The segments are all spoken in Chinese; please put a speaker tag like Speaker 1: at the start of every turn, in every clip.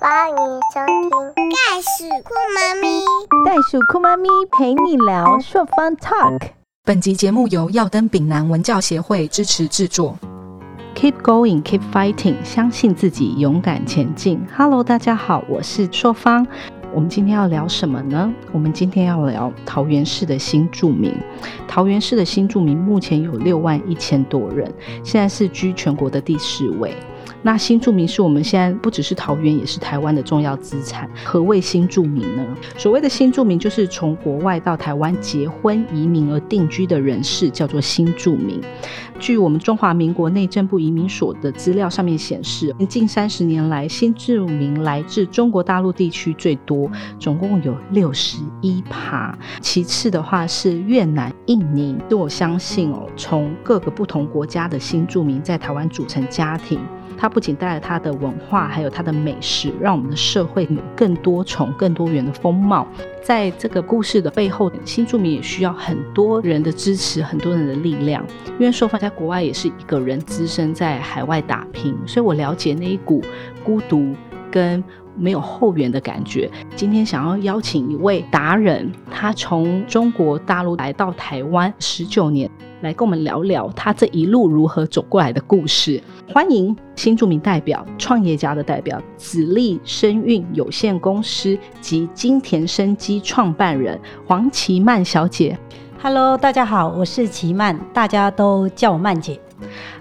Speaker 1: 欢迎收听盖世酷妈咪。
Speaker 2: 袋鼠酷妈咪陪你聊朔方 Talk。
Speaker 3: 本集节目由耀登丙南文教协会支持制作。
Speaker 2: Keep going, keep fighting，相信自己，勇敢前进。Hello，大家好，我是朔方。我们今天要聊什么呢？我们今天要聊桃园市的新住民。桃园市的新住民目前有六万一千多人，现在是居全国的第十位。那新住民是我们现在不只是桃园，也是台湾的重要资产。何谓新住民呢？所谓的新住民，就是从国外到台湾结婚、移民而定居的人士，叫做新住民。据我们中华民国内政部移民所的资料上面显示，近三十年来，新住民来自中国大陆地区最多，总共有六十一趴。其次的话是越南、印尼。我相信哦，从各个不同国家的新住民在台湾组成家庭。它不仅带来它的文化，还有它的美食，让我们的社会有更多重、更多元的风貌。在这个故事的背后，新住民也需要很多人的支持，很多人的力量。因为受访在国外也是一个人资深在海外打拼，所以我了解那一股孤独跟没有后援的感觉。今天想要邀请一位达人，他从中国大陆来到台湾十九年，来跟我们聊聊他这一路如何走过来的故事。欢迎新著名代表、创业家的代表紫利生运有限公司及金田生机创办人黄绮曼小姐。
Speaker 4: Hello，大家好，我是齐曼，大家都叫我曼姐，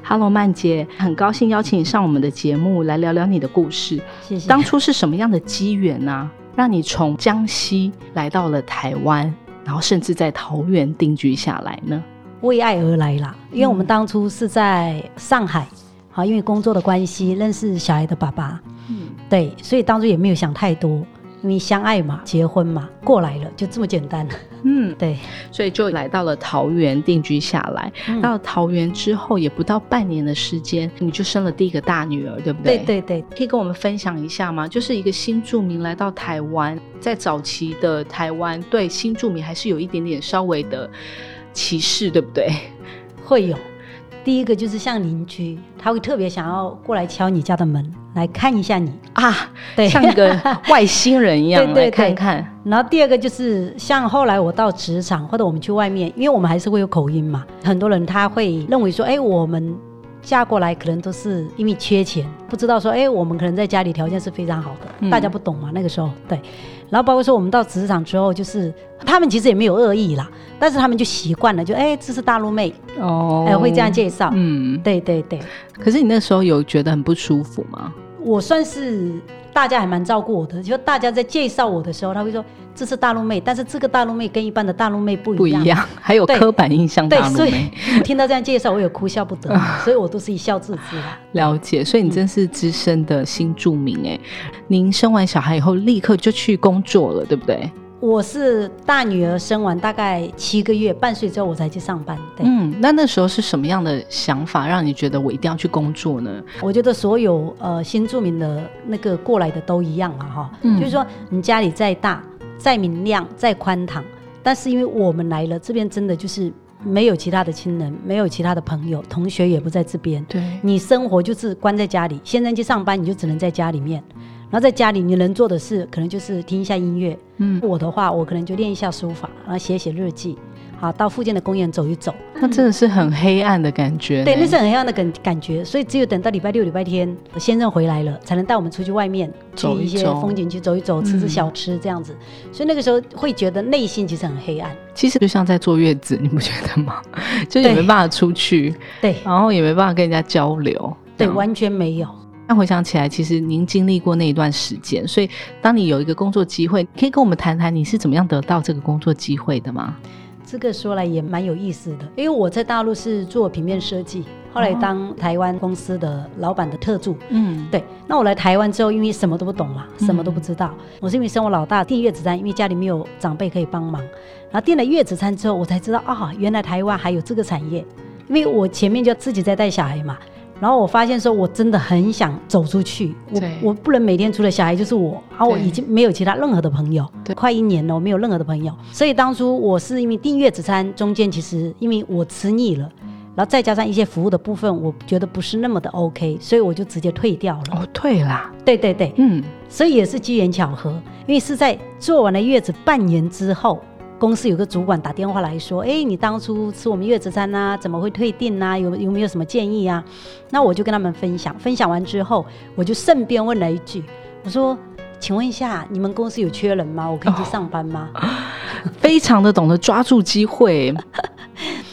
Speaker 2: Hello，曼姐，很高兴邀请你上我们的节目来聊聊你的故事。
Speaker 4: 谢谢。
Speaker 2: 当初是什么样的机缘呢？让你从江西来到了台湾，然后甚至在桃园定居下来呢？
Speaker 4: 为爱而来啦，因为我们当初是在上海，好、因为工作的关系认识小孩的爸爸，
Speaker 2: 嗯，
Speaker 4: 对，所以当初也没有想太多，因为相爱嘛，结婚嘛，过来了，就这么简单。
Speaker 2: 嗯，
Speaker 4: 对，
Speaker 2: 所以就来到了桃园定居下来。
Speaker 4: 嗯
Speaker 2: 到桃园之后，也不到半年的时间，你就生了第一个大女儿，对不对？
Speaker 4: 对。对对，
Speaker 2: 可以跟我们分享一下吗？就是一个新住民来到台湾，在早期的台湾，对新住民还是有一点点稍微的歧视，对不对？
Speaker 4: 会有。第一个就是像邻居，他会特别想要过来敲你家的门，来看一下你。
Speaker 2: 啊，
Speaker 4: 对，
Speaker 2: 像一个外星人一样
Speaker 4: 对对
Speaker 2: 来看
Speaker 4: 对
Speaker 2: 看。
Speaker 4: 然后第二个就是像后来我到职场或者我们去外面，因为我们还是会有口音嘛，很多人他会认为说，哎，我们嫁过来可能都是因为缺钱，不知道说，哎，我们可能在家里条件是非常好的，
Speaker 2: 嗯
Speaker 4: 大家不懂嘛那个时候，对。然后包括说我们到职场之后，就是他们其实也没有恶意啦，但是他们就习惯了，就哎这是大陆妹，
Speaker 2: 哦
Speaker 4: 哎、会这样介绍。
Speaker 2: 嗯，
Speaker 4: 对对对，
Speaker 2: 可是你那时候有觉得很不舒服吗？
Speaker 4: 我算是大家还蛮照顾我的，就大家在介绍我的时候，他会说这是大陆妹，但是这个大陆妹跟一般的大陆妹不
Speaker 2: 不
Speaker 4: 一
Speaker 2: 一
Speaker 4: 样。
Speaker 2: 样，还有
Speaker 4: 对
Speaker 2: 刻板印象
Speaker 4: 对
Speaker 2: 大，陆
Speaker 4: 所
Speaker 2: 妹啊
Speaker 4: 以我 听到这样介绍，我也哭笑不得，所以我都是一笑置之啦。
Speaker 2: 了解，所以你真是资深的新住民哎、您生完小孩以后立刻就去工作了，对不对？
Speaker 4: 我是大女儿生完大概七个月半岁之后，我才去上班。对，
Speaker 2: 嗯，那那时候是什么样的想法让你觉得我一定要去工作呢？
Speaker 4: 我觉得所有呃新住民的那个过来的都一样啊，哈、
Speaker 2: 嗯
Speaker 4: 就是说你家里再大、再明亮、再宽敞，但是因为我们来了这边，真的就是没有其他的亲人，没有其他的朋友，同学也不在这边，
Speaker 2: 对，
Speaker 4: 你生活就是关在家里，现在去上班你就只能在家里面，然后在家里你能做的事可能就是听一下音乐。
Speaker 2: 嗯，
Speaker 4: 我的话，我可能就练一下书法，然后写写日记，好到附近的公园走一走。
Speaker 2: 那真的是很黑暗的感觉、
Speaker 4: 对，那是很样的感感觉，所以只有等到礼拜六、礼拜天先生回来了，才能带我们出去外面去
Speaker 2: 走一
Speaker 4: 一些
Speaker 2: 走
Speaker 4: 风景区走一走，吃
Speaker 2: 嗯
Speaker 4: 吃小吃这样子。所以那个时候会觉得内心其实很黑暗。
Speaker 2: 其实就像在坐月子，你不觉得吗？ 就是也没
Speaker 4: 对
Speaker 2: 办法出去，
Speaker 4: 对
Speaker 2: 然后也没办法跟人家交流。这
Speaker 4: 对，
Speaker 2: 样
Speaker 4: 完全没有。
Speaker 2: 那回想起来，其实您经历过那一段时间，所以当你有一个工作机会，可以跟我们谈谈你是怎么样得到这个工作机会的吗？
Speaker 4: 这个说来也蛮有意思的，因为我在大陆是做平面设计，
Speaker 2: 哦
Speaker 4: 后来当台湾公司的老板的特助。
Speaker 2: 嗯，
Speaker 4: 对，那我来台湾之后，因为什么都不懂嘛，什么都不知道。我是因为生我老大订月子餐，因为家里没有长辈可以帮忙，然后订了月子餐之后，我才知道啊、原来台湾还有这个产业。因为我前面就自己在带小孩嘛，然后我发现说我真的很想走出去，我
Speaker 2: 对
Speaker 4: 我不能每天除了小孩就是我，然后我
Speaker 2: 对
Speaker 4: 已经没有其他任何的朋友
Speaker 2: 对，
Speaker 4: 快一年了，我没有任何的朋友。所以当初我是因为订月子餐中间，其实因为我吃腻了。然后再加上一些服务的部分，我觉得不是那么的 OK，所以我就直接退掉了。
Speaker 2: 哦，对啦，
Speaker 4: 对对对，
Speaker 2: 嗯，
Speaker 4: 所以也是机缘巧合，因为是在做完了月子半年之后，公司有个主管打电话来说：“哎，你当初吃我们月子餐啊，怎么会退订啊？有有没有什么建议啊？”那我就跟他们分享，分享完之后，我就顺便问了一句：“我说，请问一下，你们公司有缺人吗？我可以去上班吗？”
Speaker 2: 非常的懂得抓住机会，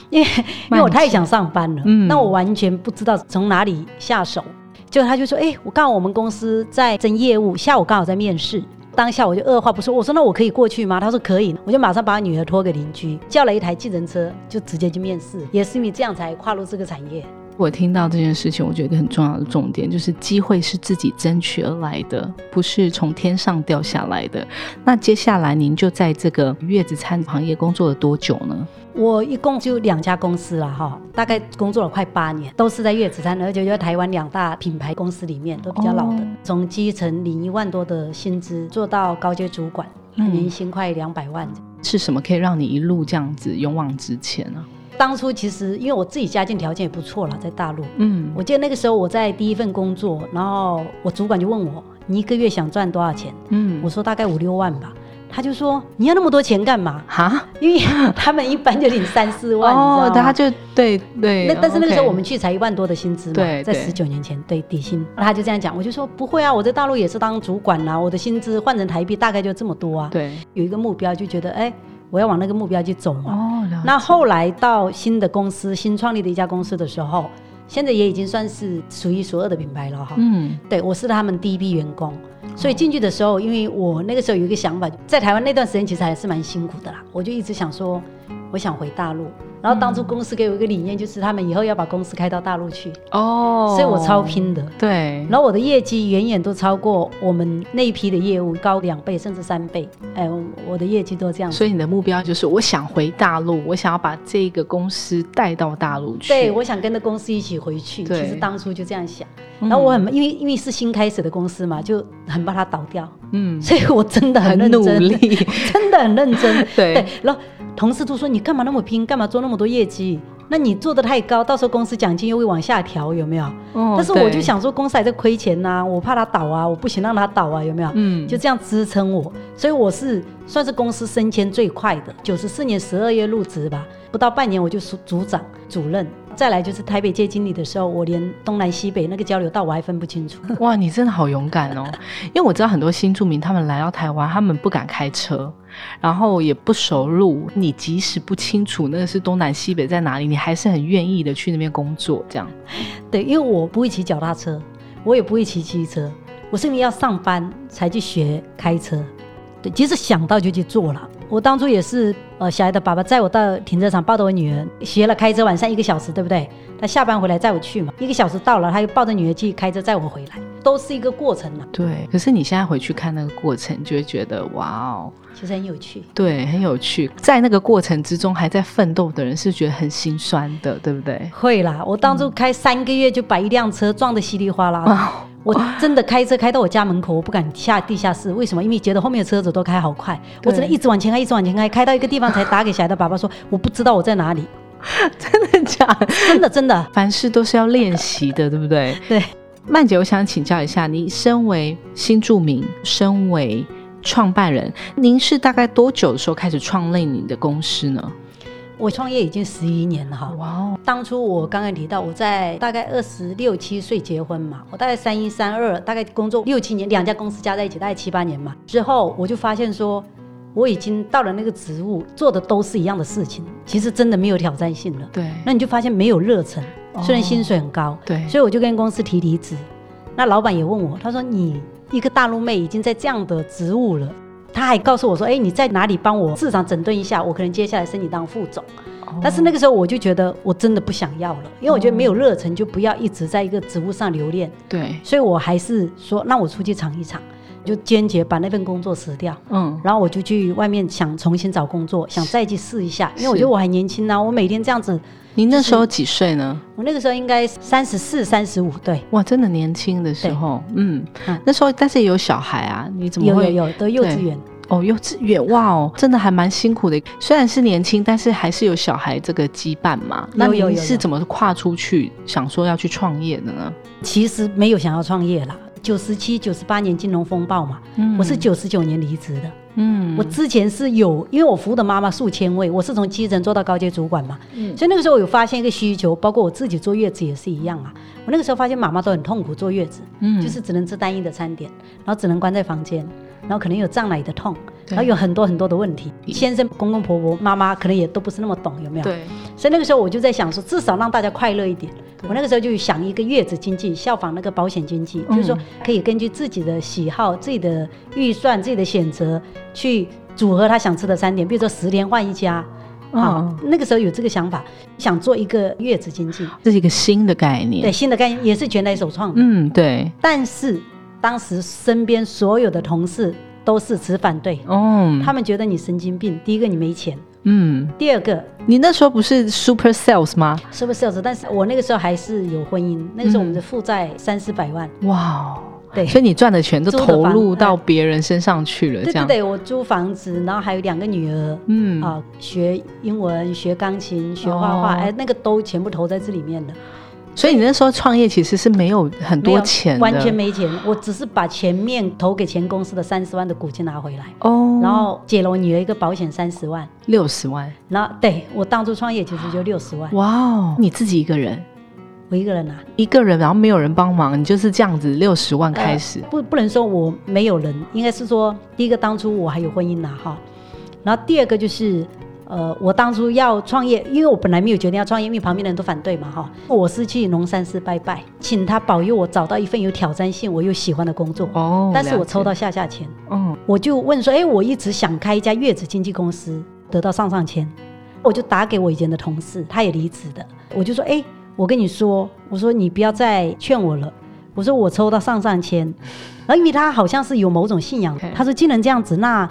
Speaker 4: 因为因为我
Speaker 2: 慢
Speaker 4: 太
Speaker 2: 性
Speaker 4: 想上班了，
Speaker 2: 嗯
Speaker 4: 那我完全不知道从哪里下手。就他就说，哎、我刚好我们公司在争业务，下午刚好在面试。当下我就二话不说，我说那我可以过去吗？他说可以，我就马上把女儿托给邻居，叫了一台计程车，就直接去面试。也是因为这样才跨入这个产业。
Speaker 2: 我听到这件事情，我觉得很重要的重点就是机会是自己争取而来的，不是从天上掉下来的。那接下来您就在这个月子餐行业工作了多久呢？
Speaker 4: 我一共就两家公司了哈，大概工作了快八年，都是在月子餐，而且就在台湾两大品牌公司里面都比较老的，
Speaker 2: 哦
Speaker 4: 从基层领一万多的薪资做到高阶主管，
Speaker 2: 嗯
Speaker 4: 年薪快两百万。
Speaker 2: 是什么可以让你一路这样子勇往直前呢、
Speaker 4: 当初其实因为我自己家境条件也不错了，在大陆，
Speaker 2: 嗯，
Speaker 4: 我记得那个时候我在第一份工作，然后我主管就问我，你一个月想赚多少钱？
Speaker 2: 嗯，
Speaker 4: 我说大概五六万吧。他就说你要那么多钱干嘛？
Speaker 2: 哈
Speaker 4: 因为他们一般就领三四万，
Speaker 2: 哦，
Speaker 4: 你知道
Speaker 2: 他
Speaker 4: 吗？
Speaker 2: 就对对，
Speaker 4: 那但是那个时候
Speaker 2: OK
Speaker 4: 我们去才一万多的薪资嘛，
Speaker 2: 对
Speaker 4: 在
Speaker 2: 对
Speaker 4: 十九年前，对底薪，他就这样讲，我就说不会啊，我在大陆也是当主管啦、我的薪资换成台币大概就这么多啊，
Speaker 2: 对
Speaker 4: 有一个目标就觉得哎、我要往那个目标去走嘛，
Speaker 2: 哦，了
Speaker 4: 那后来到新的公司，新创立的一家公司的时候，现在也已经算是数一数二的品牌了哈。
Speaker 2: 嗯
Speaker 4: 对，我是他们第一批员工，所以进去的时候，因为我那个时候有一个想法，在台湾那段时间其实还是蛮辛苦的啦，我就一直想说，我想回大陆。然后当初公司给我一个理念，就是他们以后要把公司开到大陆去，
Speaker 2: 哦，
Speaker 4: 所以我超拼的。
Speaker 2: 对，
Speaker 4: 然后我的业绩远远都超过我们那一批的业务高两倍甚至三倍，哎，我我的业绩都这样子。
Speaker 2: 所以你的目标就是我想回大陆，我想要把这个公司带到大陆去。
Speaker 4: 对，我想跟着公司一起回去。
Speaker 2: 对
Speaker 4: 其实当初就这样想，
Speaker 2: 嗯
Speaker 4: 然后我很因为因为是新开始的公司嘛，就很怕它倒掉，
Speaker 2: 嗯
Speaker 4: 所以我真的很认
Speaker 2: 努
Speaker 4: 真，
Speaker 2: 力，
Speaker 4: 真的很认真。
Speaker 2: 对
Speaker 4: 然后同事都说你干嘛那么拼，干嘛做那么多业绩？那你做的太高，到时候公司奖金又会往下调，有没有？
Speaker 2: 哦
Speaker 4: 但是我
Speaker 2: 对
Speaker 4: 就想说，公司还在亏钱呐、我怕它倒啊，我不行让它倒啊，有没有？
Speaker 2: 嗯
Speaker 4: 就这样支撑我，所以我是算是公司升迁最快的，九十四年十二月入职吧，不到半年我就组组长、主任，再来就是台北街经理的时候，我连东南西北那个交流道我还分不清楚。
Speaker 2: 哇，你真的好勇敢哦！因为我知道很多新住民他们来到台湾，他们不敢开车，然后也不熟路。你即使不清楚那个是东南西北在哪里，你还是很愿意的去那边工作。这样，
Speaker 4: 对，因为我不会骑脚踏车，我也不会骑机车，我是因为要上班才去学开车。对，即使想到就去做了。我当初也是，呃，小孩的爸爸载我到停车场抱着我女儿，学了开车，晚上一个小时，对不对？他下班回来载我去嘛，一个小时到了，他又抱着女儿去开车载我回来，都是一个过程嘛，
Speaker 2: 对。可是你现在回去看那个过程，你就会觉得哇哦，
Speaker 4: 其实很有趣。
Speaker 2: 对，很有趣。在那个过程之中还在奋斗的人是觉得很心酸的，对不对？
Speaker 4: 会啦，我当初开三个月就把一辆车撞得稀里哗啦的。
Speaker 2: 哇哦，
Speaker 4: 我真的开车开到我家门口，我不敢下地下室，为什么？因为觉得后面的车子都开好快，
Speaker 2: 对
Speaker 4: 我只能一直往前开，一直往前开，开到一个地方才打给小孩的爸爸说，我不知道我在哪里，
Speaker 2: 真的假的？
Speaker 4: 真的真的，
Speaker 2: 凡事都是要练习的，对不 对？
Speaker 4: 对。
Speaker 2: 曼姐，我想请教一下，你身为新著名，身为创办人，您是大概多久的时候开始创立你的公司呢？
Speaker 4: 我创业已经十一年了哈。
Speaker 2: 哇哦，
Speaker 4: 当初我刚刚提到，我在大概二十六七岁结婚嘛，我大概三一三二，大概工作六七年，两家公司加在一起大概七八年嘛。之后我就发现说，我已经到了那个职务，做的都是一样的事情，其实真的没有挑战性了。
Speaker 2: 对，
Speaker 4: 那你就发现没有热忱，虽然
Speaker 2: 哦
Speaker 4: 薪水很高，
Speaker 2: 对
Speaker 4: 所以我就跟公司提离职。那老板也问我，他说你一个大陆妹已经在这样的职务了，他还告诉我说，哎，你在哪里帮我市场整顿一下，我可能接下来升你当副总。
Speaker 2: 哦
Speaker 4: 但是那个时候我就觉得我真的不想要了，因为我觉得没有热忱就不要一直在一个职务上留恋，
Speaker 2: 对，
Speaker 4: 所以我还是说，那我出去闯一闯，就坚决把那份工作辞掉。
Speaker 2: 嗯，
Speaker 4: 然后我就去外面想重新找工作，想再去试一下，因为我
Speaker 2: 是
Speaker 4: 觉得我还年轻啊，我每天这样子，
Speaker 2: 您那时候几岁呢？
Speaker 4: 我那个时候应该三十四、三十五，对，
Speaker 2: 哇，真的年轻的时候，嗯
Speaker 4: 嗯，
Speaker 2: 那时候但是也有小孩啊，你怎么
Speaker 4: 有
Speaker 2: 会
Speaker 4: 有有，都幼稚园，
Speaker 2: 哦，幼稚园哇哦，真的还蛮辛苦的。虽然是年轻，但是还是有小孩这个羁绊嘛。那
Speaker 4: 有有
Speaker 2: 您
Speaker 4: 有
Speaker 2: 是
Speaker 4: 有
Speaker 2: 怎么跨出去想说要去创业的呢？
Speaker 4: 其实没有想要创业啦。九十七、九十八年金融风暴嘛，
Speaker 2: 嗯
Speaker 4: 我是，九十九年离职的。
Speaker 2: 嗯
Speaker 4: 我之前是有，因为我服务的妈妈数千位，我是从基层做到高阶主管嘛，
Speaker 2: 嗯
Speaker 4: 所以那个时候我有发现一个需求，包括我自己坐月子也是一样啊。我那个时候发现妈妈都很痛苦坐月子，
Speaker 2: 嗯
Speaker 4: 就是只能吃单一的餐点，然后只能关在房间，然后可能有胀奶的痛，
Speaker 2: 对
Speaker 4: 然后有很多很多的问题。
Speaker 2: 嗯
Speaker 4: 先生、公公婆婆、妈妈可能也都不是那么懂，有没有？
Speaker 2: 对，
Speaker 4: 所以那个时候我就在想说，至少让大家快乐一点。
Speaker 2: 对
Speaker 4: 我那个时候就想一个月子经济，效仿那个保险经济，
Speaker 2: 嗯
Speaker 4: 就是说可以根据自己的喜好、自己的预算、自己的选择去组合他想吃的餐点，比如说十天换一家。啊
Speaker 2: 嗯，
Speaker 4: 那个时候有这个想法，想做一个月子经济，
Speaker 2: 这是一个新的概
Speaker 4: 对
Speaker 2: 念。
Speaker 4: 新的概念也是全台首创的。
Speaker 2: 嗯，对，
Speaker 4: 但是当时身边所有的同事都是持反对，
Speaker 2: 哦，
Speaker 4: 他们觉得你神经病。第一个你没钱，
Speaker 2: 嗯，
Speaker 4: 第二个
Speaker 2: 你那时候不是 Super Sales 吗？
Speaker 4: 是不是有时？但是我那个时候还是有婚姻，那个时候我们的负债三四百万，
Speaker 2: 哇哦，
Speaker 4: 对
Speaker 2: 所以你赚的钱都
Speaker 4: 租的
Speaker 2: 投
Speaker 4: 房
Speaker 2: 入
Speaker 4: 哎
Speaker 2: 到别人身上去了，
Speaker 4: 对
Speaker 2: 这
Speaker 4: 对
Speaker 2: 样，
Speaker 4: 对，我租房子，然后还有两个女儿。
Speaker 2: 嗯，
Speaker 4: 啊，学英文、学钢琴、学画画，
Speaker 2: 哦
Speaker 4: 哎、那个都全部投在这里面的，
Speaker 2: 所以你那时候创业其实是没有很
Speaker 4: 没
Speaker 2: 多
Speaker 4: 有
Speaker 2: 钱的，
Speaker 4: 完全没钱。我只是把前面投给前公司的三十万的股金拿回来，
Speaker 2: 哦，
Speaker 4: 然后解了我女儿一个保险三十万，
Speaker 2: 六十万，
Speaker 4: 然后对我当初创业其实就六十万，
Speaker 2: 哇哦，你自己一个人，
Speaker 4: 我一个人啊，
Speaker 2: 一个人，然后没有人帮忙，你就是这样子六十万
Speaker 4: 呃
Speaker 2: 开始，
Speaker 4: 不不能说我没有人，应该是说第一个当初我还有婚姻呐、哈，然后第二个就是。呃，我当初要创业，因为我本来没有决定要创业，因为旁边的人都反对嘛，哈。我是去龙山寺拜拜，请他保佑我找到一份有挑战性、我又喜欢的工作。
Speaker 2: 哦，
Speaker 4: 但是我抽到
Speaker 2: 了
Speaker 4: 下下签，
Speaker 2: 解，嗯，
Speaker 4: 我就问说，哎，我一直想开一家月子经纪公司，得到上上签，我就打给我以前的同事，他也离职的，我就说，哎，我跟你说，我说你不要再劝我了，我说我抽到上上签，然后因为他好像是有某种信仰
Speaker 2: OK，
Speaker 4: 他说既然这样子，那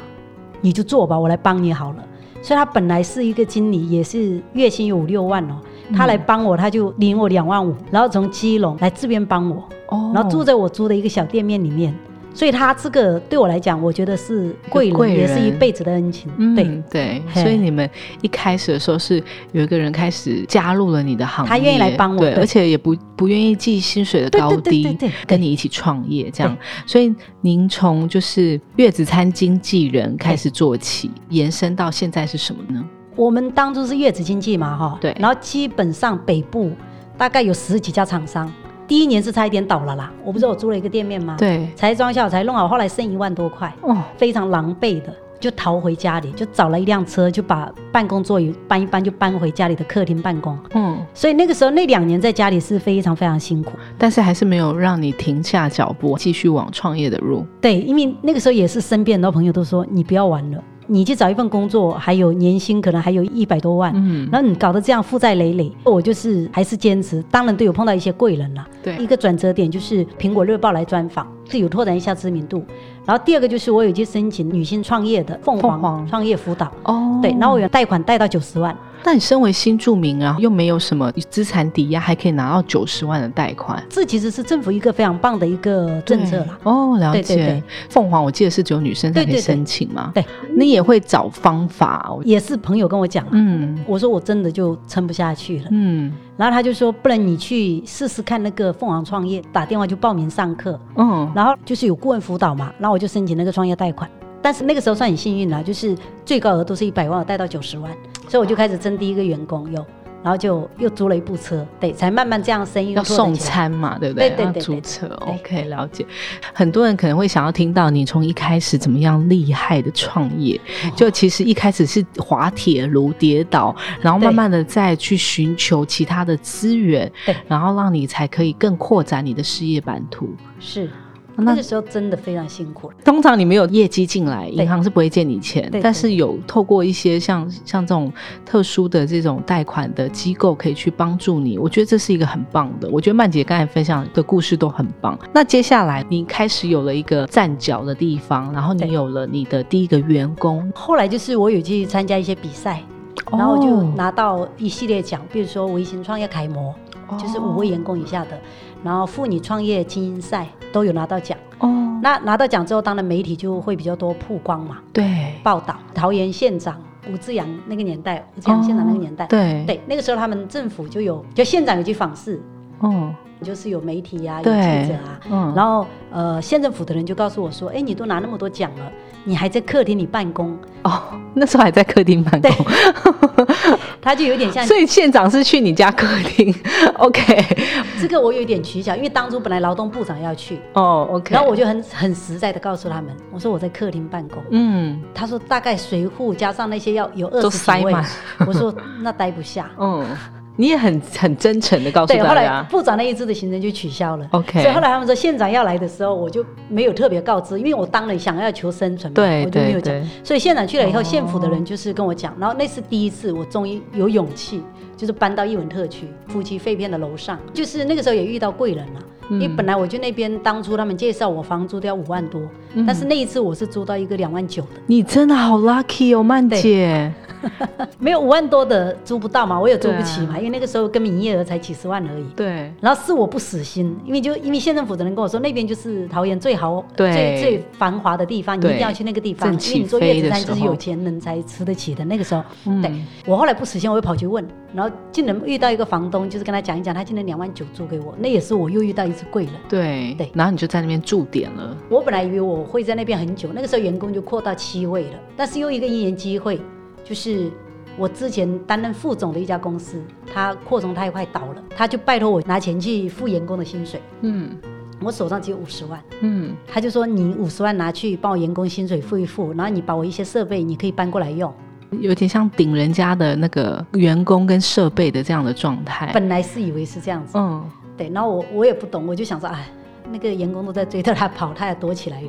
Speaker 4: 你就做吧，我来帮你好了。所以他本来是一个经理，也是月薪有五六万哦，他来帮我，他就领我两万五，然后从基隆来这边帮我，
Speaker 2: 哦，
Speaker 4: 然后住在我租的一个小店面里面，所以他这个对我来讲，我觉得是贵
Speaker 2: 一个
Speaker 4: 人，
Speaker 2: 贵人
Speaker 4: 也是一辈子的恩情。
Speaker 2: 嗯，
Speaker 4: 对，
Speaker 2: 对，
Speaker 4: 嘿
Speaker 2: 所以你们一开始的时候是有一个人开始加入了你的行业，
Speaker 4: 他愿意来帮我
Speaker 2: 对，
Speaker 4: 对
Speaker 2: 而且也不不愿意计薪水的
Speaker 4: 对
Speaker 2: 高
Speaker 4: 对对
Speaker 2: 低，
Speaker 4: 对对对
Speaker 2: 跟你一起创业这样。所以您从就是月子餐经纪人开始做起，延伸到现在是什么呢？
Speaker 4: 我们当初是月子经济嘛，哈，
Speaker 2: 对
Speaker 4: 然后基本上北部大概有十几家厂商，第一年是差一点倒了啦。我不是我租了一个店面吗？，
Speaker 2: 对，
Speaker 4: 才装修好才弄好，后来剩一万多块，
Speaker 2: 哦，
Speaker 4: 非常狼狈的。就逃回家里，就找了一辆车，就把办公座椅搬一搬，就搬回家里的客厅办公。
Speaker 2: 嗯，
Speaker 4: 所以那个时候那两年在家里是非常非常辛苦。
Speaker 2: 但是还是没有让你停下脚步，继续往创业的路。
Speaker 4: 对，因为那个时候也是身边很多朋友都说你不要玩了，你去找一份工作，还有年薪可能还有一百多万，
Speaker 2: 嗯，
Speaker 4: 然后你搞得这样负债累累，我就是还是坚持，当然都有碰到一些贵人啦。一
Speaker 2: 对，
Speaker 4: 个转折点就是《苹果日报》来专访，是有拓展一下知名度。然后第二个就是我有去申请女性创业的凤
Speaker 2: 凤
Speaker 4: 凰
Speaker 2: 凰
Speaker 4: 创业辅导，
Speaker 2: 哦
Speaker 4: 对，然后我有贷款贷到九十万，
Speaker 2: 那你身为新住民，然后又没有什么资产抵押，还可以拿到九十万的贷款。
Speaker 4: 这其实是政府一个非常棒的一个政策啦。
Speaker 2: 对哦，了解。
Speaker 4: 对对对
Speaker 2: 凤凰我记得是只有女生才可以
Speaker 4: 对对对
Speaker 2: 申请嘛，
Speaker 4: 对，
Speaker 2: 你也会找方法哦。
Speaker 4: 也是朋友跟我讲啊，
Speaker 2: 嗯
Speaker 4: 我说我真的就撑不下去了。
Speaker 2: 嗯
Speaker 4: 然后他就说，不然你去试试看那个凤凰创业，打电话就报名上课，
Speaker 2: 嗯，
Speaker 4: 然后就是有顾问辅导嘛，然后我就申请那个创业贷款。但是那个时候算很幸运啦，就是最高额都是一百万，我贷到九十万，所以我就开始征第一个员工有，然后就又租了一部车，对，才慢慢这样生意
Speaker 2: 要
Speaker 4: 拓展
Speaker 2: 送
Speaker 4: 起来。
Speaker 2: 餐嘛，对不对？
Speaker 4: 对对对对
Speaker 2: 要注册。
Speaker 4: 对
Speaker 2: OK，了解。很多人可能会想要听到你从一开始怎么样厉害的创业，
Speaker 4: 哦
Speaker 2: 就其实一开始是滑铁卢跌倒，然后
Speaker 4: 对
Speaker 2: 慢慢的再去寻求其他的资源，
Speaker 4: 对
Speaker 2: 然后让你才可以更扩展你的事业版图。
Speaker 4: 是，
Speaker 2: 哦那
Speaker 4: 那个时候真的非常辛苦了。
Speaker 2: 通常你没有业绩进来，银行是不会借你钱
Speaker 4: 对，
Speaker 2: 但是有透过一些像像这种特殊的这种贷款的机构可以去帮助你，我觉得这是一个很棒的。我觉得曼姐刚才分享的故事都很棒。那接下来你开始有了一个站脚的地方，然后你
Speaker 4: 对
Speaker 2: 有了你的第一个员工，
Speaker 4: 后来就是我有去参加一些比赛，哦
Speaker 2: 哦
Speaker 4: 然后我就拿到一系列奖，比如说微型创业楷模，
Speaker 2: 哦
Speaker 4: 就是五位员工以下的，然后妇女创业精英赛都有拿到奖。
Speaker 2: 哦，
Speaker 4: 那拿到奖之后，当然媒体就会比较多曝光嘛，
Speaker 2: 对，
Speaker 4: 报道桃园县长吴志阳那个年代，吴志阳县长那个年代，
Speaker 2: 哦对，
Speaker 4: 对，那个时候他们政府就有，就县长有去访视，
Speaker 2: 嗯
Speaker 4: 就是有媒体呀、有
Speaker 2: 对
Speaker 4: 记者啊，
Speaker 2: 嗯，
Speaker 4: 然后呃，县政府的人就告诉我说，哎，你都拿那么多奖了，你还在客厅里办公，
Speaker 2: 哦， 那时候还在客厅办公，
Speaker 4: 他就有点 像
Speaker 2: 所以县长是去你家客厅 ，OK，
Speaker 4: 这个，我有点取巧，因为当初本来劳动部长要去，
Speaker 2: 哦，OK，
Speaker 4: 然后我就很很实在的告诉他们，我说我在客厅办公，
Speaker 2: 嗯
Speaker 4: 他说大概随户加上那些要有二
Speaker 2: 都
Speaker 4: 十
Speaker 2: 塞
Speaker 4: 几位
Speaker 2: 满，
Speaker 4: 我说那待 不下。
Speaker 2: 嗯，你也很很真诚哦的告诉
Speaker 4: 对，后
Speaker 2: 大
Speaker 4: 来
Speaker 2: 家
Speaker 4: 部长那一支的行程就取消了。
Speaker 2: ，OK，
Speaker 4: 所以后来他们说县长要来的时候，我就没有特别告知，因为我当然想要求生存嘛，
Speaker 2: 对
Speaker 4: 我就没
Speaker 2: 对
Speaker 4: 有讲。
Speaker 2: 对，
Speaker 4: 所以县长去了以后，
Speaker 2: 哦
Speaker 4: 县府的人就是跟我讲，然后那是第一次，我终于有勇气，就是搬到艺文特区夫妻肺片的楼上，就是那个时候也遇到贵人了、
Speaker 2: 嗯
Speaker 4: 因为本来我去那边当初他们介绍我房租都要五万多，
Speaker 2: 嗯
Speaker 4: 但是那一次我是租到一个两万九的，
Speaker 2: 你真的好 lucky 哦，曼姐，
Speaker 4: 没有五万多的租不到嘛，我也租不起嘛，
Speaker 2: 对啊
Speaker 4: 因为那个时候跟营业额才几十万而已。
Speaker 2: 对
Speaker 4: 然后是我不死心，因为就因为县政府的人跟我说，那边就是桃园最好、
Speaker 2: 对
Speaker 4: 最最繁华的地方，你一
Speaker 2: 对
Speaker 4: 定要去那个地方，
Speaker 2: 正
Speaker 4: 因为你
Speaker 2: 起
Speaker 4: 做
Speaker 2: 飞
Speaker 4: 月子
Speaker 2: 的
Speaker 4: 餐
Speaker 2: 时
Speaker 4: 就是有
Speaker 2: 候
Speaker 4: 钱人才吃得起的。那个时候，
Speaker 2: 嗯
Speaker 4: 对我后来不死心，我又跑去问，然后竟然遇到一个房东，就是跟他讲一讲，他今天两万九租给我，那也是我又遇到一次贵人。
Speaker 2: 对
Speaker 4: 对
Speaker 2: 然后你就在那边驻点了，
Speaker 4: 我本来以为我会在那边很久，那个时候员工就扩到七位了，但是又一个因缘机会，就是我之前担任副总的一家公司，他扩容太快倒了，他就拜托我拿钱去付员工的薪水。
Speaker 2: 嗯
Speaker 4: 我手上只有五十万，
Speaker 2: 嗯，
Speaker 4: 他就说你五十万拿去帮我员工薪水付一付，然后你把我一些设备你可以搬过来用。
Speaker 2: 嗯有点像顶人家的那个员工跟设备的这样的状态，
Speaker 4: 本来是以为是这样子，
Speaker 2: 嗯，
Speaker 4: 对，然后我我也不懂，我就想说，哎，那个员工都在追着他跑，他也躲起来了。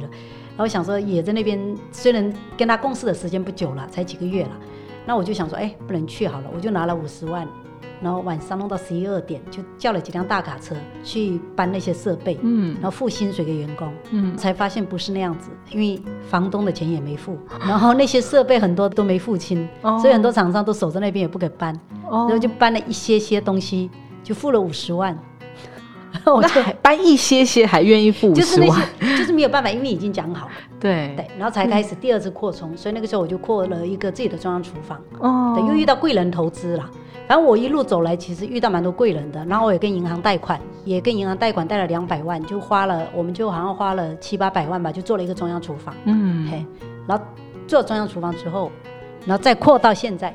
Speaker 4: 然后想说也在那边，虽然跟他共事的时间不久了，才几个月了，那我就想说，哎，不能去好了，我就拿了五十万，然后晚上弄到十一二点，就叫了几辆大卡车去搬那些设备，
Speaker 2: 嗯
Speaker 4: 然后付薪水给员工。
Speaker 2: 嗯，
Speaker 4: 才发现不是那样子，因为房东的钱也没付，然后那些设备很多都没付清，
Speaker 2: 哦
Speaker 4: 所以很多厂商都守在那边也不给搬，
Speaker 2: 哦
Speaker 4: 然后就搬了一些些东西，就付了五十万， 然后我
Speaker 2: 那
Speaker 4: 就
Speaker 2: 还搬一些些，还愿意付五
Speaker 4: 就是
Speaker 2: 十
Speaker 4: 那
Speaker 2: 万，
Speaker 4: 些就是没有办法，因为已经讲好了，
Speaker 2: 对嗯
Speaker 4: 对，然后才开始第二次扩充，所以那个时候我就扩了一个自己的中央厨房，
Speaker 2: 哦
Speaker 4: 对，又遇到贵人投资啦。反正我一路走来，其实遇到蛮多贵人的。然后我也跟银行贷款，也跟银行贷款贷了两百万，就花了，我们就好像花了七八百万吧，就做了一个中央厨房。
Speaker 2: 嗯，
Speaker 4: 嘿，然后做中央厨房之后，然后再扩到现在，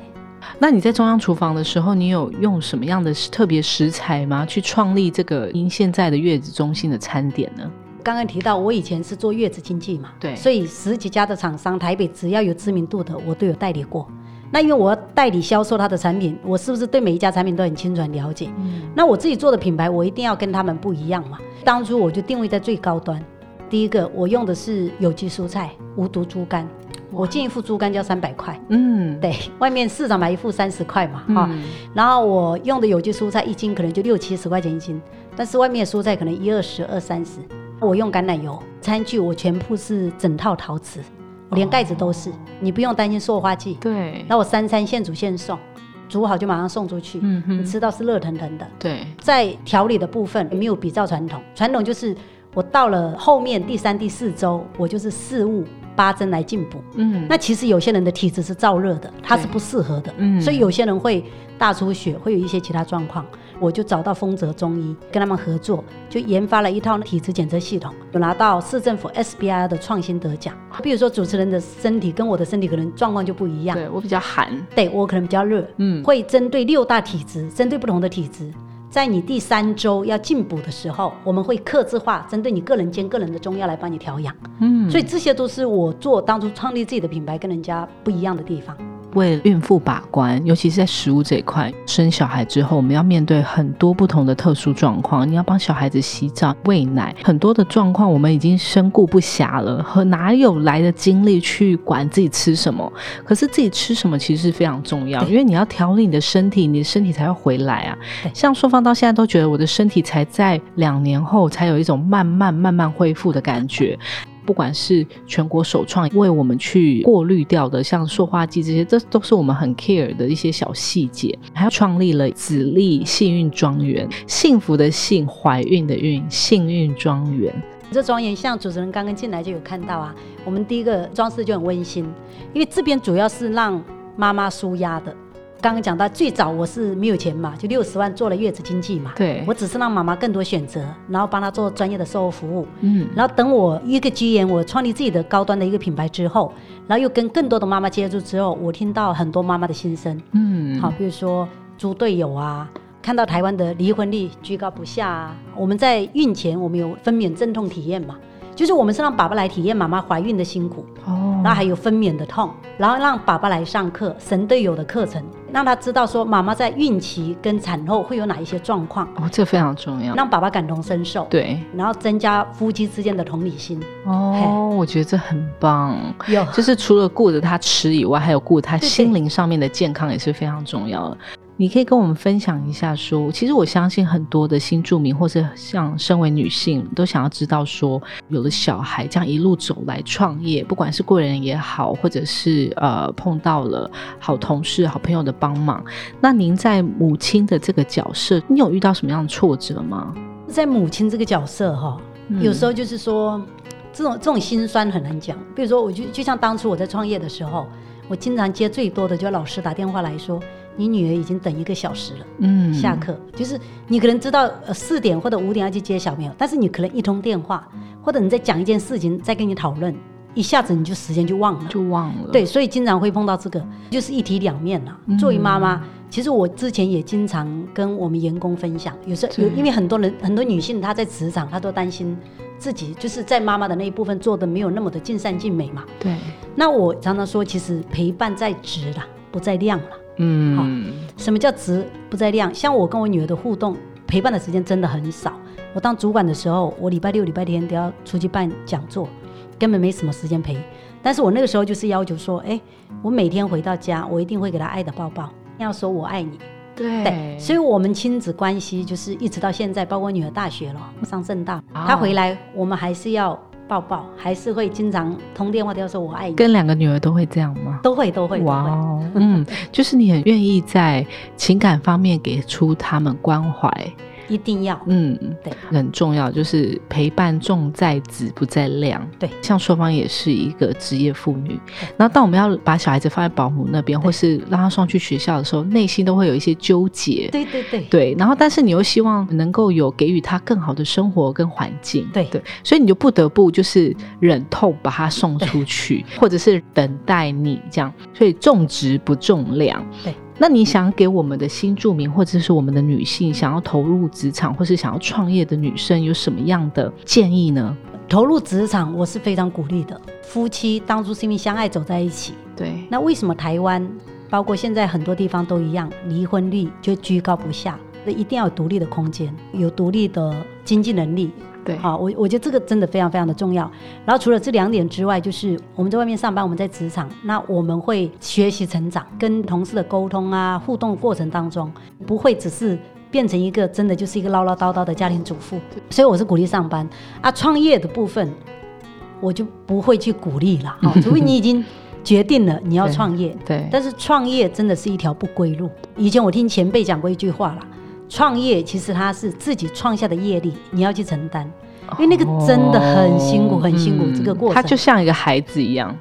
Speaker 2: 那你在中央厨房的时候，你有用什么样的特别食材吗？去创立这个您现在的月子中心的餐点呢？
Speaker 4: 刚刚提到我以前是做月子经济嘛，
Speaker 2: 对
Speaker 4: 所以十几家的厂商，台北只要有知名度的，我都有代理过。那因为我要代理销售它的产品，我是不是对每一家产品都很清楚、很了解？
Speaker 2: 嗯
Speaker 4: 那我自己做的品牌，我一定要跟他们不一样嘛。当初我就定位在最高端，第一个我用的是有机蔬菜，无毒猪肝。我进一副猪肝就要三百块，
Speaker 2: 嗯，
Speaker 4: 对外面市场买一副三十块嘛，哈、
Speaker 2: 嗯
Speaker 4: 然后我用的有机蔬菜一斤可能就六七十块钱一斤，但是外面的蔬菜可能一二十、二三十。我用橄榄油，餐具我全部是整套陶瓷，我连盖子都是，你不用担心塑化剂。
Speaker 2: 对，
Speaker 4: 那我三餐现煮现送，煮好就马上送出去，
Speaker 2: 嗯
Speaker 4: 你
Speaker 2: 哼，
Speaker 4: 吃到是热腾腾的。
Speaker 2: 对，
Speaker 4: 在调理的部分没有比照传统，传统就是我到了后面第三、第四周，我就是四物八珍来进补。
Speaker 2: 嗯，
Speaker 4: 那其实有些人的体质是燥热的，它是
Speaker 2: 对
Speaker 4: 不适合的，
Speaker 2: 嗯
Speaker 4: 所以有些人会大出血，会有一些其他状况。我就找到丰泽中医，跟他们合作，就研发了一套体质检测系统，有拿到市政府 SBR 的创新得奖。比如说主持人的身体跟我的身体可能状况就不一样，
Speaker 2: 对我比较寒，
Speaker 4: 对我可能比较热，
Speaker 2: 嗯
Speaker 4: 会针对六大体质，针对不同的体质，在你第三周要进补的时候，我们会克制化，针对你个人间个人的中药来帮你调养。
Speaker 2: 嗯，
Speaker 4: 所以这些都是我做当初创立自己的品牌跟人家不一样的地方。
Speaker 2: 为孕妇把关，尤其是在食物这一块，生小孩之后，我们要面对很多不同的特殊状况。你要帮小孩子洗澡、喂奶，很多的状况我们已经身顾不暇了，和哪有来的精力去管自己吃什么？可是自己吃什么其实非常重要，
Speaker 4: 对
Speaker 2: 因为你要调理你的身体，你的身体才会回来啊
Speaker 4: 对。
Speaker 2: 像硕芳到现在都觉得我的身体才在两年后才有一种慢慢慢慢恢复的感觉。不管是全国首创为我们去过滤掉的，像塑化剂这些，这都是我们很 care 的一些小细节。还有创立了子立幸运庄园，幸福的幸，怀孕的孕，幸运庄园。
Speaker 4: 这庄园像主持人刚刚进来就有看到啊，我们第一个装饰就很温馨，因为这边主要是让妈妈舒压的。刚刚讲到最早我是没有钱嘛，就六十万做了月子经济嘛，
Speaker 2: 对
Speaker 4: 我只是让妈妈更多选择，然后帮她做专业的售后服务。
Speaker 2: 嗯，
Speaker 4: 然后等我一个机缘，我创立自己的高端的一个品牌之后，然后又跟更多的妈妈接触之后，我听到很多妈妈的心声，
Speaker 2: 嗯，
Speaker 4: 好，，比如说猪队友啊，看到台湾的离婚率居高不下啊，我们在孕前我们有分娩阵痛体验嘛，就是我们是让爸爸来体验妈妈怀孕的辛苦，
Speaker 2: 哦，
Speaker 4: 然后还有分娩的痛，然后让爸爸来上课神队友的课程，让他知道说妈妈在孕期跟产后会有哪一些状况，
Speaker 2: 哦，这非常重要，
Speaker 4: 让爸爸感同身受。
Speaker 2: 对，
Speaker 4: 然后增加夫妻之间的同理心，
Speaker 2: 哦，我觉得这很棒。
Speaker 4: 有
Speaker 2: 就是除了顾着他吃以外，还有顾着他
Speaker 4: 对对
Speaker 2: 心灵上面的健康也是非常重要的。你可以跟我们分享一下说其实我相信很多的新住民，或是像身为女性，都想要知道说，有了小孩这样一路走来创业，不管是贵人也好，或者是呃碰到了好同事、好朋友的帮忙，那您在母亲的这个角色，你有遇到什么样的挫折吗？
Speaker 4: 在母亲这个角色哈、
Speaker 2: 嗯
Speaker 4: 有时候就是说，这种这种心酸很难讲。比如说，我就就像当初我在创业的时候，我经常接最多的就是老师打电话来说，你女儿已经等一个小时了，
Speaker 2: 嗯
Speaker 4: 下课。就是你可能知道呃四点或者五点要去接小朋友，但是你可能一通电话，或者你在讲一件事情，在跟你讨论，一下子你就时间就忘了。
Speaker 2: 就忘了，
Speaker 4: 对，所以经常会碰到这个，就是一体两面啦
Speaker 2: 嗯。
Speaker 4: 作为妈妈，其实我之前也经常跟我们员工分享，有时候
Speaker 2: 对
Speaker 4: 有因为很多人很多女性她在职场，她都担心自己就是在妈妈的那一部分做的没有那么的尽善尽美嘛。
Speaker 2: 对，
Speaker 4: 那我常常说，其实陪伴在值啦，不在量啦。
Speaker 2: 嗯，
Speaker 4: 什么叫值不在量？像我跟我女儿的互动，陪伴的时间真的很少。我当主管的时候，我礼拜六、礼拜天都要出去办讲座，根本没什么时间陪。但是我那个时候就是要求说，哎，我每天回到家，我一定会给她爱的抱抱，要说我爱你。
Speaker 2: 对
Speaker 4: 对，所以我们亲子关系就是一直到现在，包括女儿大学了，上正大，她回来我们还是要抱抱，还是会经常通电话都要说我爱你，
Speaker 2: 跟两个女儿都会这样吗？
Speaker 4: 都会都会都
Speaker 2: 哇
Speaker 4: 会。
Speaker 2: 哦， 嗯，就是你很愿意在情感方面给出他们关怀，
Speaker 4: 一定要。
Speaker 2: 嗯，
Speaker 4: 对，
Speaker 2: 很重要，就是陪伴重在质不在量。
Speaker 4: 对
Speaker 2: 像硕芳也是一个职业妇女，然后当我们要把小孩子放在保姆那边，或是让他送去学校的时候，内心都会有一些纠结。
Speaker 4: 对对对。
Speaker 2: 对，然后但是你又希望能够有给予他更好的生活跟环境，
Speaker 4: 对
Speaker 2: 对，所以你就不得不就是忍痛把他送出去，或者是等待你这样，所以重质不重量。
Speaker 4: 对，
Speaker 2: 那你想给我们的新住民或者是我们的女性想要投入职场或是想要创业的女生有什么样的建议呢？
Speaker 4: 投入职场，我是非常鼓励的。夫妻当初是因为相爱走在一起，
Speaker 2: 对，
Speaker 4: 那为什么台湾，包括现在很多地方都一样，离婚率就居高不下？一定要有独立的空间，有独立的经济能力。
Speaker 2: 对，
Speaker 4: 好，我我觉得这个真的非常非常的重要。然后除了这两点之外，就是我们在外面上班，我们在职场，那我们会学习成长，跟同事的沟通啊、互动过程当中，不会只是变成一个真的就是一个唠唠叨叨的家庭主妇。所以我是鼓励上班啊，创业的部分我就不会去鼓励了，哦除非你已经决定了你要
Speaker 2: 对
Speaker 4: 创业，
Speaker 2: 对，
Speaker 4: 但是创业真的是一条不归路。以前我听前辈讲过一句话啦，创业其实它是自己创下的业力，你要去承担，因为那个真的很辛苦，
Speaker 2: 哦
Speaker 4: 很辛苦、这个过
Speaker 2: 他
Speaker 4: 程。
Speaker 2: 就像一个孩子一样。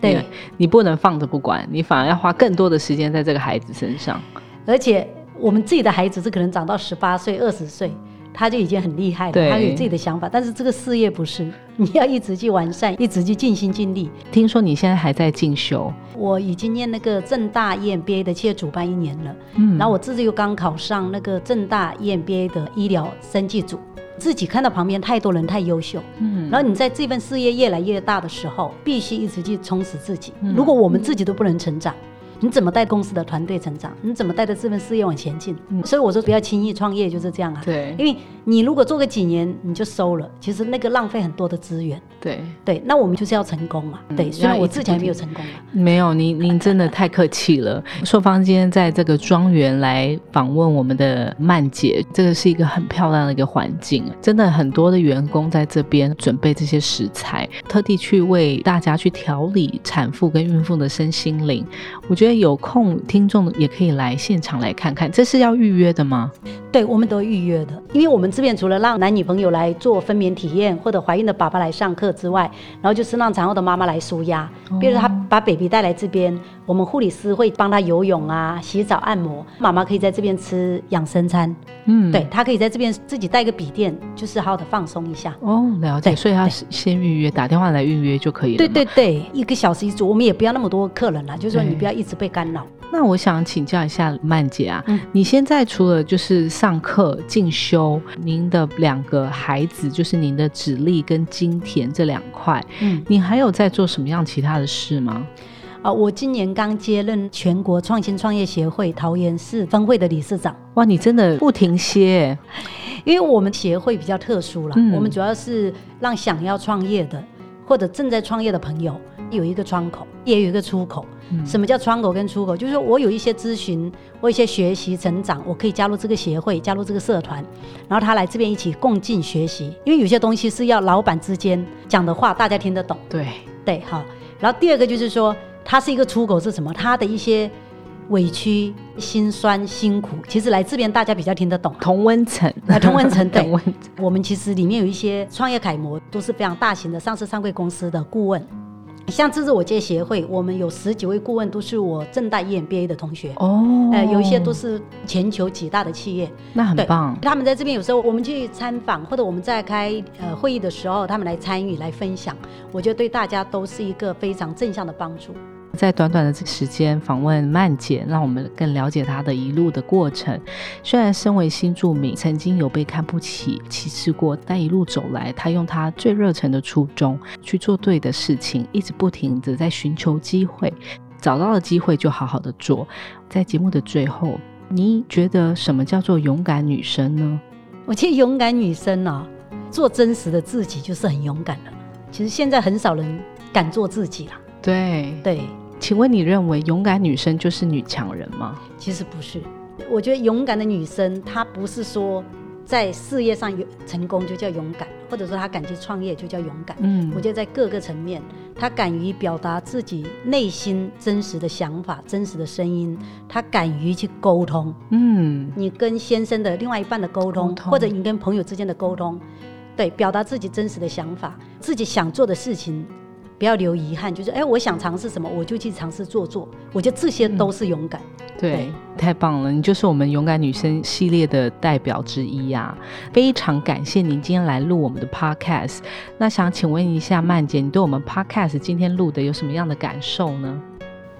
Speaker 4: 对
Speaker 2: 你，啊你不能放着不管，你反而要花更多的时间在这个孩子身上。
Speaker 4: 而且我们自己的孩子是可能长到十八岁、二十岁。他就已经很厉害了，
Speaker 2: 对
Speaker 4: 他有自己的想法，但是这个事业不是，你要一直去完善，一直去尽心尽力。
Speaker 2: 听说你现在还在进修，
Speaker 4: 我已经念那个正大 E EMBA 的企业主办一年了，
Speaker 2: 嗯
Speaker 4: 然后我自己又刚考上那个正大 EMBA 的医疗生技组，自己看到旁边太多人太优秀，
Speaker 2: 嗯
Speaker 4: 然后你在这份事业越来越大的时候，必须一直去充实自己。
Speaker 2: 嗯
Speaker 4: 如果我们自己都不能成长，你怎么带公司的团队成长？你怎么带着这份事业往前进？所以我说不要轻易创业，就是这样啊。
Speaker 2: 嗯对
Speaker 4: 因为你如果做个几年你就收了，其实那个浪费很多的资源。
Speaker 2: 对，
Speaker 4: 对，那我们就是要成功嘛。对，虽然
Speaker 2: 嗯要一
Speaker 4: 我
Speaker 2: 直
Speaker 4: 自
Speaker 2: 不
Speaker 4: 己还
Speaker 2: 停
Speaker 4: 没有成功啊。
Speaker 2: 没有您，您真的太客气了。硕芳今天在这个庄园来访问我们的曼姐，这个是一个很漂亮的一个环境，真的很多的员工在这边准备这些食材，特地去为大家去调理产妇跟孕妇的身心灵。我觉得以有空听众也可以来现场来看看，这是要预约的吗？
Speaker 4: 对，我们都预约的，因为我们这边除了让男女朋友来做分娩体验，或者怀孕的爸爸来上课之外，然后就是让产后的妈妈来舒压。比如他把 baby 带来这边，我们护理师会帮他游泳啊、洗澡、按摩，妈妈可以在这边吃养生餐，
Speaker 2: 嗯，
Speaker 4: 对，她可以在这边自己带个笔电，就是好好的放松一下。
Speaker 2: 哦，了解，
Speaker 4: 对
Speaker 2: 所以他
Speaker 4: 对
Speaker 2: 是先预约，打电话来预约就可以了。
Speaker 4: 对对。对，一个小时一组，我们也不要那么多客人啦，就是说你
Speaker 2: 对
Speaker 4: 不要一直被干扰。
Speaker 2: 那我想请教一下曼姐啊，
Speaker 4: 嗯
Speaker 2: 你现在除了就是上课进修，您的两个孩子就是您的指力跟金田这两块，
Speaker 4: 嗯，
Speaker 2: 你还有在做什么样其他的事吗？
Speaker 4: 啊，我今年刚接任全国创新创业协会桃园市分会的理事长。
Speaker 2: 哇，你真的不停歇
Speaker 4: 因为我们协会比较特殊啦，
Speaker 2: 嗯
Speaker 4: 我们主要是让想要创业的或者正在创业的朋友有一个窗口，也有一个出口。
Speaker 2: 嗯
Speaker 4: 什么叫窗口跟出口？就是说我有一些咨询，我有一些学习成长，我可以加入这个协会，加入这个社团，然后他来这边一起共进学习。因为有些东西是要老板之间讲的话，大家听得懂。
Speaker 2: 对，
Speaker 4: 对，好。然后第二个就是说，它是一个出口是什么？它的一些委屈、辛酸、辛苦，其实来这边大家比较听得懂。
Speaker 2: 同温 层，
Speaker 4: 啊同温层 对
Speaker 2: 同温层
Speaker 4: 我们其实里面有一些创业楷模，都是非常大型的上市上柜公司的顾问。像这次我接协会，我们有十几位顾问都是我正大 E EMBA 的同学，
Speaker 2: 哦，
Speaker 4: 呃，有一些都是全球几大的企业，
Speaker 2: 那很
Speaker 4: 对
Speaker 2: 棒，
Speaker 4: 他们在这边有时候我们去参访，或者我们在开呃会议的时候，他们来参与来分享，我觉得对大家都是一个非常正向的帮助。
Speaker 2: 在短短的这个时间访问曼姐，让我们更了解她的一路的过程。虽然身为新住民，曾经有被看不起、歧视过，但一路走来，她用她最热忱的初衷去做对的事情，一直不停的在寻求机会，找到了机会就好好的做。在节目的最后，你觉得什么叫做勇敢女生呢？
Speaker 4: 我觉得勇敢女生啊，做真实的自己就是很勇敢了。其实现在很少人敢做自己啦，
Speaker 2: 对，
Speaker 4: 对，
Speaker 2: 请问你认为勇敢女生就是女强人吗？
Speaker 4: 其实不是，我觉得勇敢的女生，她不是说在事业上有成功就叫勇敢，或者说她敢去创业就叫勇敢。
Speaker 2: 嗯
Speaker 4: 我觉得在各个层面，她敢于表达自己内心真实的想法、真实的声音，她敢于去沟通。
Speaker 2: 嗯，
Speaker 4: 你跟先生的另外一半的沟通，
Speaker 2: 沟通
Speaker 4: 或者你跟朋友之间的沟通，对，表达自己真实的想法，自己想做的事情，不要留遗憾。就是，哎，我想尝试什么，我就去尝试做做。我觉得这
Speaker 2: 嗯
Speaker 4: 些都是勇敢。
Speaker 2: 对
Speaker 4: 对，
Speaker 2: 太棒了！你就是我们勇敢女生系列的代表之一呀、非常感谢您今天来录我们的 podcast。那想请问一下曼姐，你对我们 podcast 今天录的有什么样的感受呢？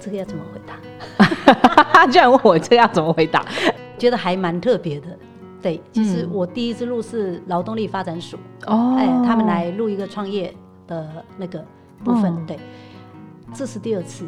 Speaker 4: 这个要怎么回答？
Speaker 2: 居然问我这要怎么回答？
Speaker 4: 觉得还蛮特别的。对，其实
Speaker 2: 嗯
Speaker 4: 我第一次录是劳动力发展署，
Speaker 2: 哦
Speaker 4: 哎，他们来录一个创业的那个部分。
Speaker 2: 嗯
Speaker 4: 对，这是第二次，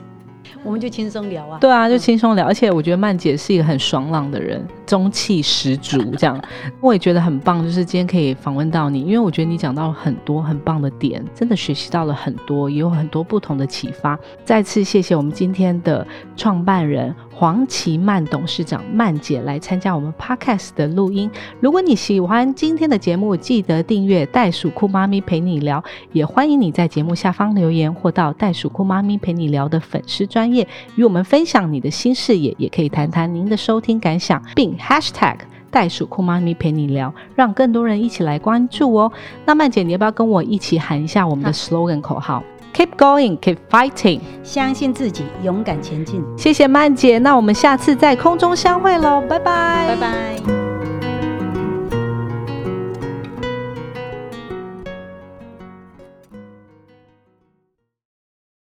Speaker 4: 我们就轻松聊啊。
Speaker 2: 对啊，就轻松聊，而且我觉得曼姐是一个很爽朗的人，中气十足，这样我也觉得很棒。就是今天可以访问到你，因为我觉得你讲到很多很棒的点，真的学习到了很多，也有很多不同的启发。再次谢谢我们今天的创办人黄绮曼董事长曼姐来参加我们 Podcast 的录音。如果你喜欢今天的节目，记得订阅《袋鼠酷妈咪陪你聊》，也欢迎你在节目下方留言，或到袋鼠酷妈咪陪你聊的粉丝专业与我们分享你的新视野，也可以谈谈您的收听感想，并 Hashtag 袋鼠酷妈咪陪你聊，让更多人一起来关注哦。那曼姐，你要不要跟我一起喊一下我们的
Speaker 4: 好
Speaker 2: slogan 口号？Keep going, keep fighting。
Speaker 4: 相信自己，勇敢前进。
Speaker 2: 谢谢曼姐，那我们下次在空中相会喽，拜拜，
Speaker 4: 拜拜。